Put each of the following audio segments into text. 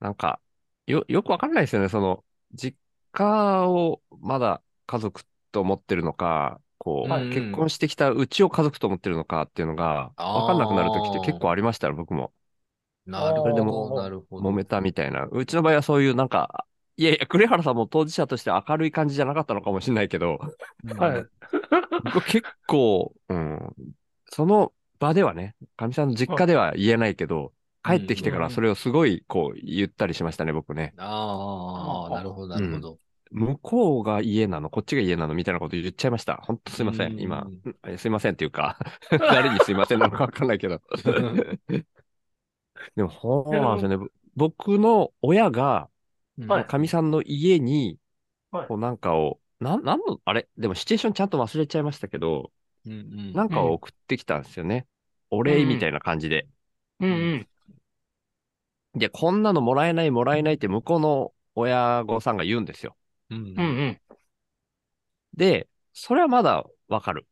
なんか、よ、よくわかんないですよね。その、実家をまだ家族と思ってるのか、こはう、い結婚してきたうちを家族と思ってるのかっていうのが、わかんなくなる時ってあー結構ありましたよ、僕も。なるそれでほど、もなるほど。揉めたみたいな。うちの場合はそういうなんか、いやいや、栗原さんも当事者として明るい感じじゃなかったのかもしれないけど、うんはい。僕は結構、うん、その場ではね、かみさんの実家では言えないけど、帰ってきてからそれをすごいこう言ったりしましたね、僕ね。ああ、なるほど、なるほど。向こうが家なの、こっちが家なのみたいなこと言っちゃいました。ほんとすいませうんん。今、うんすいませんっていうか、誰にすいませんなのかわかんないけど。でも、そうなんですよね。僕の親が、 うんはいかみさんの家に、はいこうなんかを、なん、なんの、あれでもシチュエーションちゃんと忘れちゃいましたけど、うんうんなんかを送ってきたんですよね。お礼みたいな感じで。うんうん。で、こんなのもらえないもらえないって向こうの親御さんが言うんですよ。うんうんうん。で、それはまだわかる。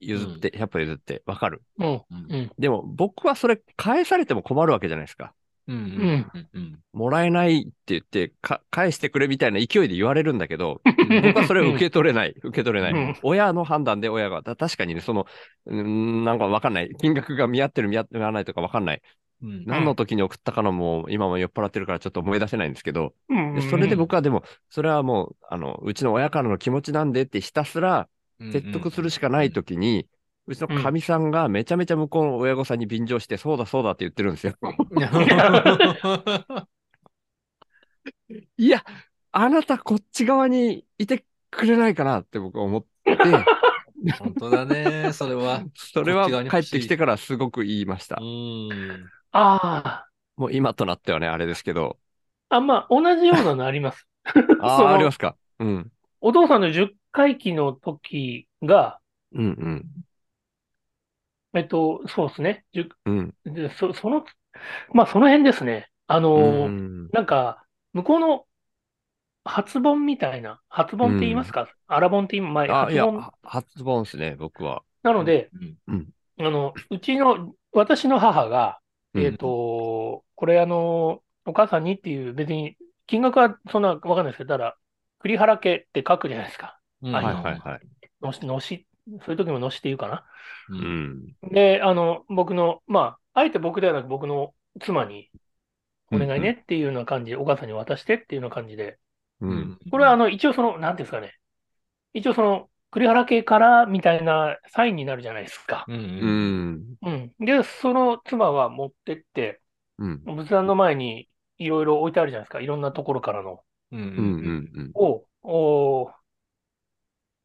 譲って、100歩譲ってわかる。うんうんうん。でも僕はそれ返されても困るわけじゃないですか。うんうんうんうんもらえないって言って、か返してくれみたいな勢いで言われるんだけ ど、僕はそれを受け取れない。受け取れない。うん親の判断で親が、た確かにね、その、うーんなんかわかんない。金額が見合ってる見合ってないとかわかんない。うん何の時に送ったかのも、今も酔っ払ってるからちょっと思い出せないんですけど、うんうでん。それで僕はでも、それはもう、あの、うちの親からの気持ちなんでってひたすら説得するしかないときに、うちのかみさんがめちゃめちゃ向こうの親御さんに便乗して、そうだそうだって言ってるんですよ。うんうんいや、あなたこっち側にいてくれないかなって僕は思って、 本当だね、それは。それはこっち側に帰っ欲しいてきてからすごく言いましたう。んあもう今となってはね、あれですけど。あ。あ、まあ、同じようなのあります。あ あ、そのありますか。うん。お父さんの10回忌の時が、うんえっと、そうですね。10うん。うん。でそその、まあ、その辺ですね。あのーうんなんか、向こうの初盆みたいな、初盆って言いますか、荒盆って今、前、あ、い初や盆、初ボンですね、僕は。なので、うんあの、うちの、私の母が、うんえっ、と、これあの、お母さんにっていう、別に、金額はそんなわかんないですけど、ただ、栗原家って書くじゃないですか。うんははいいはいはい。のし、のし、そういう時ものしって言うかな。ううんん。で、あの、僕の、まあ、あえて僕ではなく僕の妻に、お願いねっていうような感じで、お母さんに渡してっていうような感じで、うん。これはあの、一応その、なんていうんですかね。一応その、栗原家からみたいなサインになるじゃないですか。うんううんん。うん。で、その妻は持ってって、うん。仏壇の前にいろいろ置いてあるじゃないですか。いろんなところからの。うんうん。うん。うん。を、お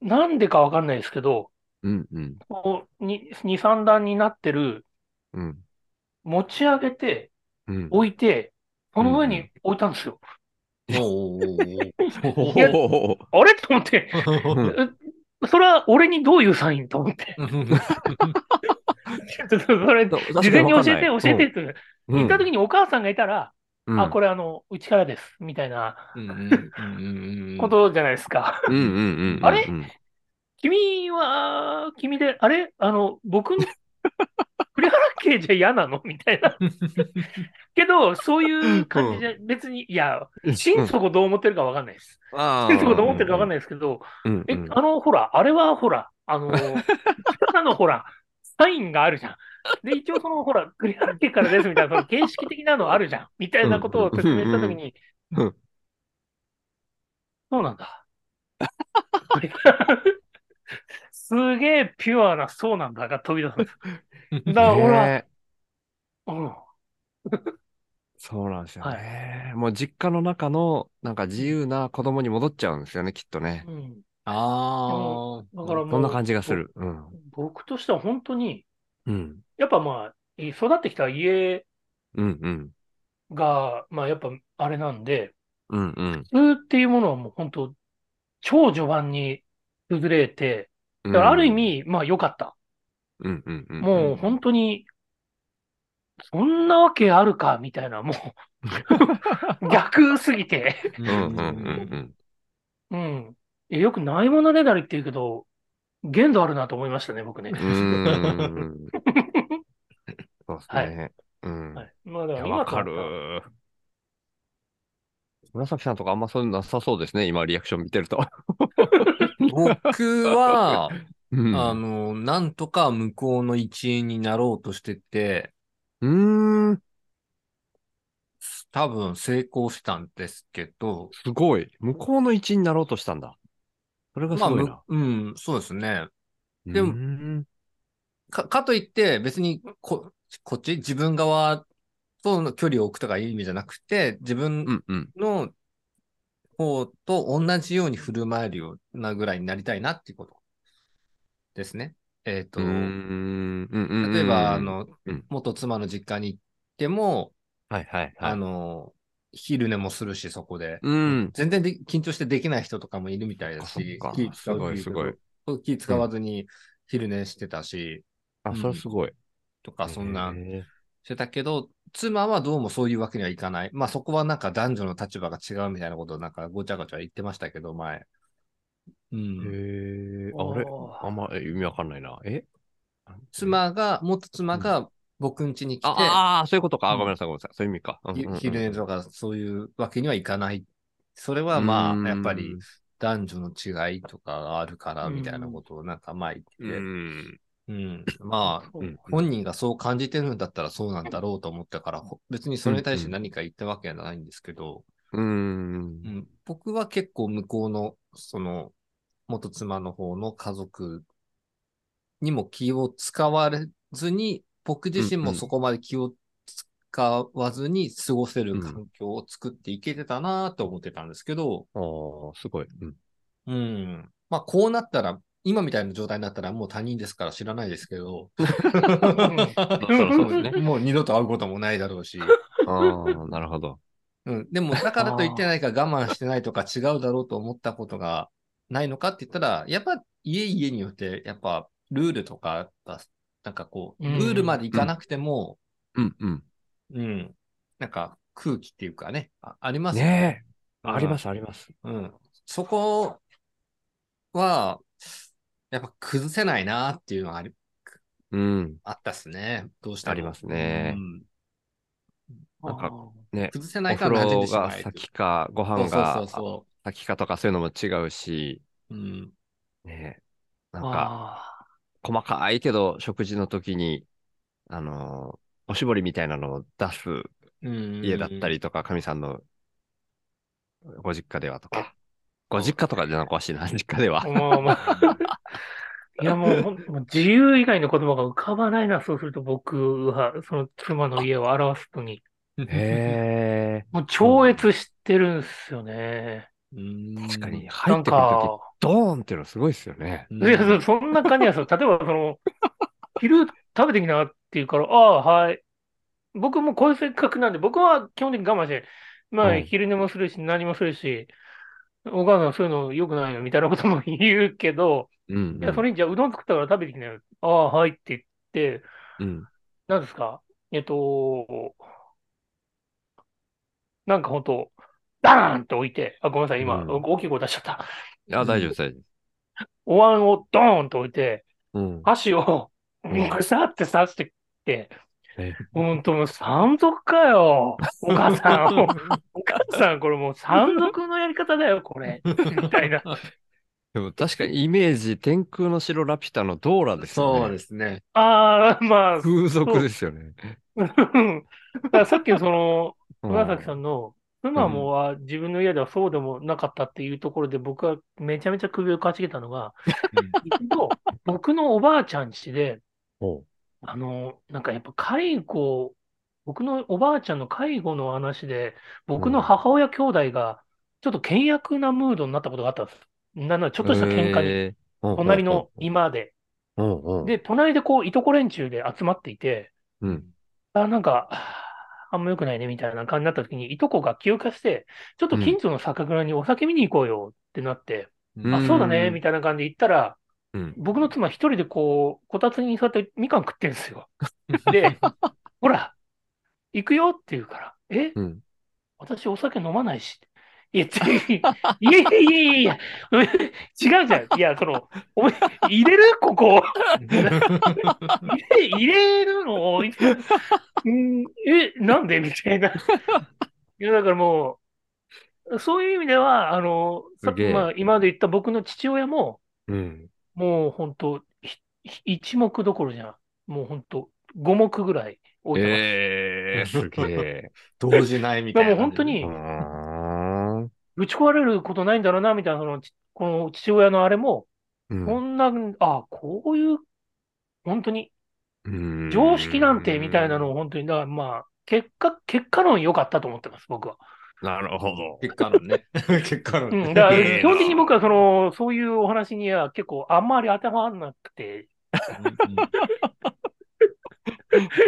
なんでかわかんないですけど、うん。うん。こうに二三段になってる、うん。持ち上げて、うん。置いて、その上うんに置いたんですよ。おーおーおいやーおあれ と思って、おーうそれは俺にどういうサインと思って。 ちょっとそれ、事事前に教えて、教えてっ。て。行行った時にお母さんがいたら、あ、これ。れあの、うちからです、みたいなうんうんうんうんことじゃないですか。うんうんうんうん。あれうん君は、君で、あれあの、僕の、栗原家じゃ嫌なのみたい な。けど、そういう感じじゃ、別に、いや、心底どう思ってるかわかんないです。あー心底どう思ってるかわかんないですけど、うんうえん、あの、ほら、あれはほら、あの、あの、ほら、サインがあるじゃん。で、一応その、ほら、栗原家からですみたいな、その形式的なのあるじゃん。みたいなことを説明したときに、うんうんそうなんだ。すげえピュアな、そうなんだが飛び出すんです。だから俺は、ねうん、そうなんですよね。もう実家の中の、なんか自由な子供に戻っちゃうんですよね、きっとね。うんああ。だからもうそんな感じがする。うん。僕としては本当に、うん。やっぱまあ、育ってきた家うんうん。が、まあやっぱあれなんで、うんうん普通っていうものはもう本当、超序盤に崩れて、うだん。からある意味、まあ良かった。うんうんうん、もう本当に、そんなわけあるか、みたいな、も う、逆すぎて。うんうんうんうん。えよくないものねだりって言うけど、限度あるなと思いましたね、僕ね。うん。うん。そうですね。うん。はい。まあだいかやら今わとかなったらる。紫さんとかあんまそういうのなさそうですね、今リアクション見てると。僕は、うんあの、なんとか向こうの一員になろうとしてて、うーん、多分成功したんですけど、すごい。向こうの一員になろうとしたんだ。それがすまあごいむな。、うん、そうですね。でもも、か、かといって別にこ、こっち自分側との距離を置くとかいう意味じゃなくて、自う分んうん。の方と同じように振る舞えるようなぐらいになりたいなっていうことですね。えっ、と、うーんうんうんうん例えば、あ、のうん、元妻の実家に行っても、はいはいはい。あの、昼寝もするし、そこで。うん。全然で緊張してできない人とかもいるみたいだしそっ、か気使うってうすごいすけど気使わずに昼寝してたし、あ、それすごい。とか、そんなへ、ーしてたけど、妻はどうもそういうわけにはいかない。まあそこはなんか男女の立場が違うみたいなことをなんかごちゃごちゃ言ってましたけど、前。うへん。ーあれおーあんまえ意味わかんないな。え妻が、元妻が僕ん家に来て、ああー、そういうことか。あうんごめんなさい、ごめんなさい。そういう意味か。うんうんうんひ昼寝とかそういうわけにはいかない。それはまうんあ、やっぱり男女の違いとかがあるからみたいなことをなんか前う言ってて、ん。うん、まあ、うん本人がそう感じてるんだったらそうなんだろうと思ったから、ほ別にそれに対しうてん何か言ったわけじゃないんですけど、うんう。ん、僕は結構向こうの、その、元妻の方の家族にも気を使われずに、僕自身うんうもんそこまで気を使わずに過ごせる環境を作っていけてたなと思ってたんですけど、ああ、すごい。 うんうん。まあ、こうなったら、今みたいな状態になったらもう他人ですから知らないです けど、そりゃそうですね。 もう二度と会うこともないだろうし、ああ、なるほど。うん、でも、だからといってないか我慢してないとか違うだろうと思ったことがないのかって言ったら、やっぱ家々によって、やっぱルールとかが、なんかこう、うルんールまでいかなくても、うんうん。うん、なんか空気っていうかね、あありますよ。ねえ。ありますす、あります。うん。そこは、やっぱ崩せないなっていうのはありうん。あったっすね。どうしたありますねうん、なんかあーね。崩せおないか風ら呂しながいと先か、ごそう飯そがうそ先かとかそういうのも違うし、う。うん。ねえ。なんか、あ細かいけど、食事の時に、あのーおしぼりみたいなのを出すうん家だったりとか、かみさんのご実家ではとか、ご実家とかじゃなくおかしいな、実家ではー。まあまあ。いやもうほんもう自由以外の言葉が浮かばないな、そうすると僕は、その妻の家を表すとに、へもう超越してるんですよね。え。確確かに、。入なっんてくる時か、ドーンっていうのすごいですよね。いいや、そそんな感じなんですよ。例えば、その、 昼食べてきなって言うから、ああ、はい。僕もこういう性格なんで、僕は基本的に我慢して、まあ、うん昼寝もするし、何もするし、お母さんそういうの良くないよ、みたいなことも言うけど、うん、いや、それにじゃあ、うどん作ったから食べてきなよ。ああ、はいって言って、うん。なんですかえっと、なんか本当ダーンと置いて、あ、ごめんなさい、今、うん大きい声出しちゃった。あ、大丈夫です、大丈夫です。お椀をドーンと置いて、うん。箸を、うんぐさって刺してきてえ、ほんともう山賊かよ。お母さ ん、お母さん、これもう山賊のやり方だよ、これ。みたいな。でも確かにイメージ、天空の城ラピュタのドーラですよね。。そうですすね。あ あ、まあ、風俗ですよね。うんだからさっきのその、う岩崎さん。んの、妻もは自分の家ではそうでもなかったっていうところで、僕はめちゃめちゃ首をかしげたのが、一度僕のおばあちゃん家で、ほあの、なんかやっぱ介護、僕のおばあちゃんの介護の話で、僕の母親兄弟が、ちょっと倹約なムードになったことがあったんです。なんならちょっとした喧嘩に、に、隣の居間で。うんうん、で、隣でこう、いとこ連中で集まっていて、うん。あ、なんか、あんま良くないねみたいな感じになった時に、いとこが気を利かして、ちょっと近所の酒蔵にお酒見に行こうよってなって、うんあ、そうだね、うんみたいな感じで行ったら、うん。僕の妻一人でこう、こたつに座ってみかん食ってんで すよ。で、ほら、行くよって言うから、え、うん。私お酒飲まないし。いや、ちいやいやいやいやいや、違うじゃん。いや、その、お前、入れるこ こ。え入れるのうんえ、なんでみたいな。いや、だからもそういう意味では、あの、さすげえまあ、今まで言った僕の父親も、うん。もう本当、ひひ一目どころじゃん。もう本当、五目ぐらい置いてます。えー、すげえ。動じないみただいかな。らもう本当 にう、ーんぶち壊れることないんだろうな、みたいな、その、ちこの父親のあれも、こうんな、あ、こういう、本当に、ん。常識なんて、みたいなのを本当に、だからまあ、結果、結果論良かったと思ってます、僕は。なるほど。結果論ね。 結果論うねん。だから、ええな基本的に僕は、その、そういうお話には結構、あんまり当てはまらなくて、うんうん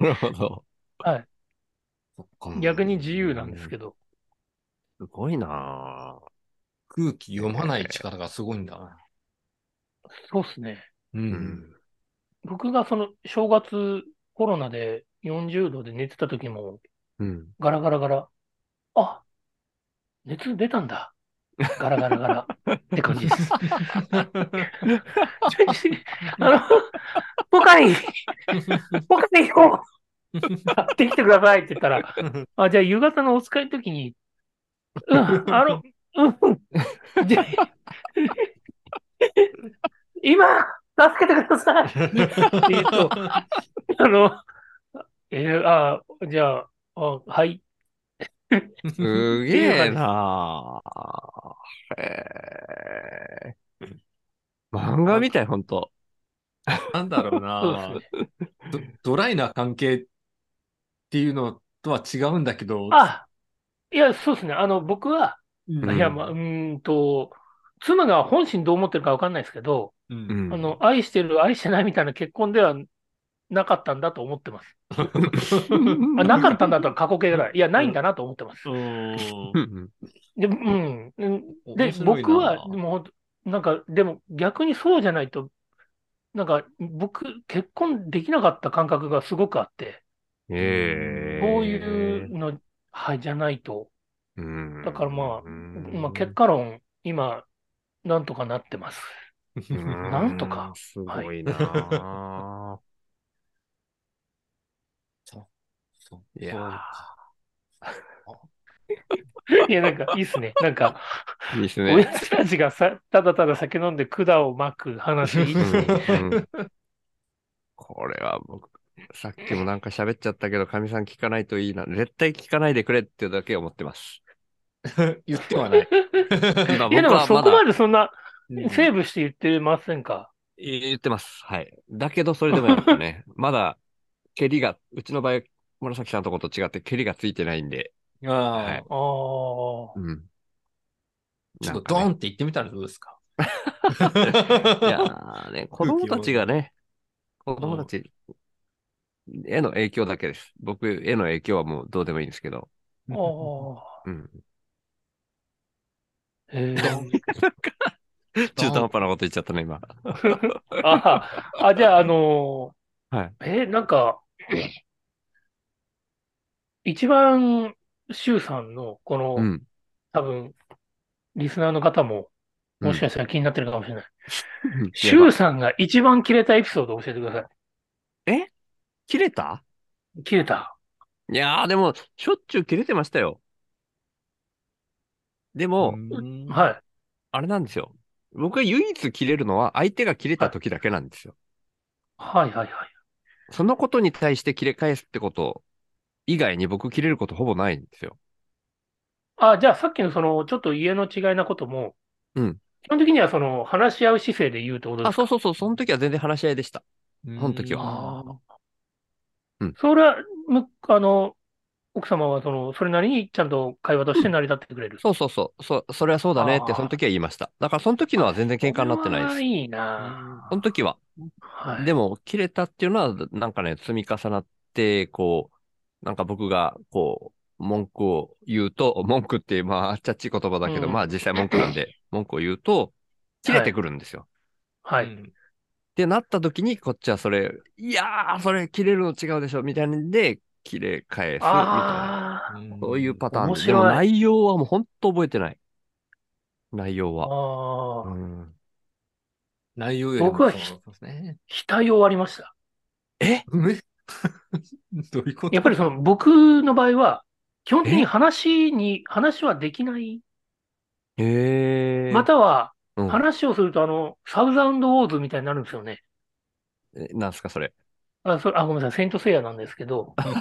なるほど。 はいそっか逆に自由なんですけど。すごいなぁ空気読まない力がすごいんだな。そうっすね。う。うん ん。僕がその正月コロナで40度で寝てた時もうん。ガラガラガラ。あ、熱出たんだ。ガラガラガラ。って感じです。 あの、ポカリ、ポカリを買ってきてくださいって言ったら、あ、じゃあ夕方のお使いの時に、うん、あの、うん、で今、助けてくださいえっと、あの、えーあ、じゃあ、あはい。すげえなぁへぇ漫画みたい、ほんと。なんだろうなそうドドライな関係っていうのとは違うんだけど、あ、いや、そうですね。あの、僕は、うんいや、まあ、うーんと、妻が本心どう思ってるかわかんないですけど、ううんんあの、愛してる、愛してないみたいな結婚ではなかったんだと思って ます。あなかったんだとは過去形ぐらい。いや、ないんだなと思ってます。 うんうんで、うん。うんで面、白いな僕は、でも、なんか、でも逆にそうじゃないと、なんか、僕、結婚できなかった感覚がすごくあって、へぇこういうの、はい、じゃないと、うん。だからまあうんまあ、結果論、今、なんとかなって ます。うん なんとかすごいな ぁそういやそういや、なんか、いいっす ね。なんか、いいです親ね。父たちがさ、ただただ酒飲んで管を巻く話、いいっすねうんうんこれは僕、さっきもなんか喋っちゃったけど、かみさん聞かないといいな。絶対聞かないでくれってだけ思ってます。 言ってはない。まあ いや、でも、僕そはこだまでそんな、セうーブして言ってませんか言ってます。はい。だけど、それでもやっぱね、 まだ、蹴りが、うちの場合、紫さんのとこと違って、蹴りがついてないんで、んあーはいああ。うん。ちょっとドなんかーンねって言ってみたらどうですか いやーね、子供たちがね、子供たちへの影響だけです。僕への影響はもうどうでもいいんですけど。あ あ。うん。え中途半端なこと言っちゃったね、今。ああ、じゃあ、あのーはいえーなんか、一番、シュウさんの、この、うん。多分、リスナーの方も、もしかしたら気になってるかもしれない。うんシュウさんが一番切れたエピソードを教えてくださ切れたい。切れた。いやー、でも、しょっちゅう切れてましたよ。でも、うんはい。あれなんですよ。僕が唯一切れるのは、相手が切れた時だけなんですよ。はいはいはい。そのことに対して切れ返すってこと以外に僕切れることほぼないんですよ。あ、じゃあさっきのその、ちょっと家の違いなことも、うん基本的にはその、話し合う姿勢で言うってことであ、すかそうそうそう、その時は全然話し合いでした。その時あはあ。うんそれは、む、あの、奥様は、その、それなりにちゃんと会話として成り立ってくれる。そうそうそう、そそれはそうだねって、あーその時は言いました。だからその時のは全然喧嘩になってないです。それはいいなその時は。はい。でも、切れたっていうのは、なんかね、積み重なって、こう、なんか僕が、こう、文句を言うと、文句って、まあ、あっちゃっち言葉だけど、うんまあ、実際文句なん で、文句を言うと、切れてくるんですよ。はうい。んってなった時に、こっちはそれ、いやー、それ切れるの違うでしょ、みたいなんで、切れ返す、みたいな。あそういうパターン面で。白いでも内容はもう本当覚えてない。内容あ。は。あうあ。ん、内容よりも僕はそうですね。 額を割りました。えめどういうことやっぱりその、僕の場合は、基本的に話に、話はできないへえ。ま、たは、うん、話をすると、あの、サウザンドウォーズみたいになるんですよね。えなんすか、それ。あ、それ、あ、ごめんなさい、セイントセイヤなんですけ ど、あわ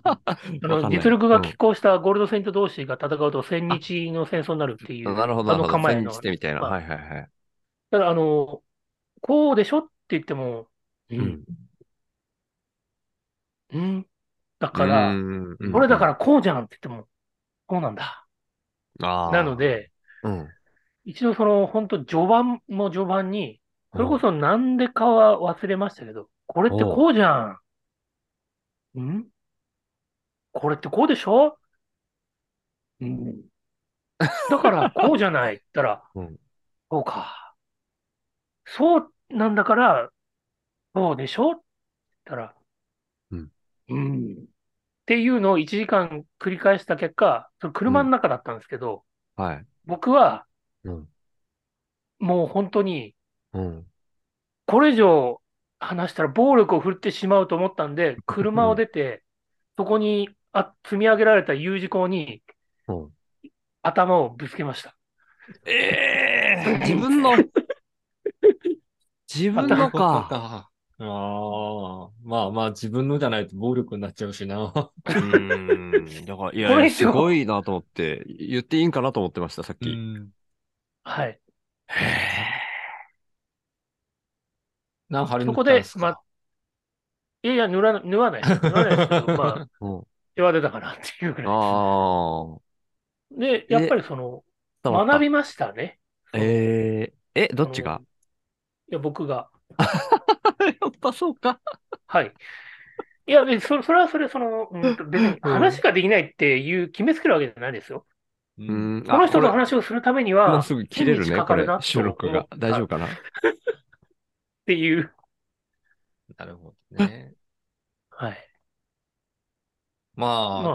かの、んない実力が拮抗したゴールドセイント同士が戦うと戦日の戦争になるっていう、うんなるほど、あなるのほど。構え千の。日手みたいな。まあはいはいはい。ただ、あの、こうでしょって言っても、うう、んんうん、だから、うんこれだからこうじゃんって言っても、こうなんだ。らなの、で、うん。一度その、本当序盤の序盤に、それこそなんでかは忘れましたけど、これってこうじゃん。んこれってこうでしょうん。だからこうじゃない。ったら、 うんそうか。そうなんだから、そうでしょったら、うん。うん。っていうのを1時間繰り返した結果、その車の中だったんですけど、はい。僕はうん。もう本当に、うん。これ以上話したら暴力を振るってしまうと思ったんで、車を出て、そこにあ積み上げられた U 字工にうん頭をぶつけました。ええ自分の、自分のか。ああ、まあまあ自分のじゃないと暴力になっちゃうしな。うん。だから、いやこいれ以や、上すごいなと思って、言っていいんかなと思ってました、さっき。 はい。何針そ塗ったこんで、ですまかあ、いやいや、縫わな縫わないです。縫わないです けど、まあ、うん、あ手は出たかなっていうぐあらいー。です。で、やっぱりその、伝わった学びましたね。えええ、どっちあがのいや、僕が。 やっぱそうか。はい。いや、でそそれはそれ、その、うんと別に話ができないっていう、決めつけるわけじゃないですよ。うう。ん。この人のあこれ話をするためにもは、うすぐ切れる天ね、にこ近れかるな、と収録思っが。た大丈夫かなっていう。なるほどね。はい。ままあ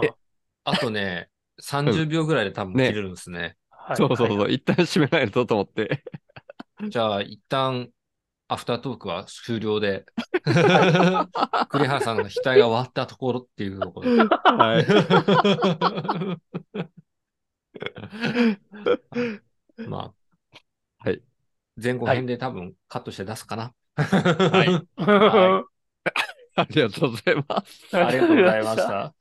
あ、あとね、30秒ぐらいで多分切れるんですね。はいそうそうそはう。一旦締めないとと思って。じゃあ、一旦、アフタートークは終了 で。栗原さんの額が割ったところっていうところで。 はい。まあ、はい。前後編で多分カットして出すかな。 はいはありがとうございます。ありがとうございまし。た。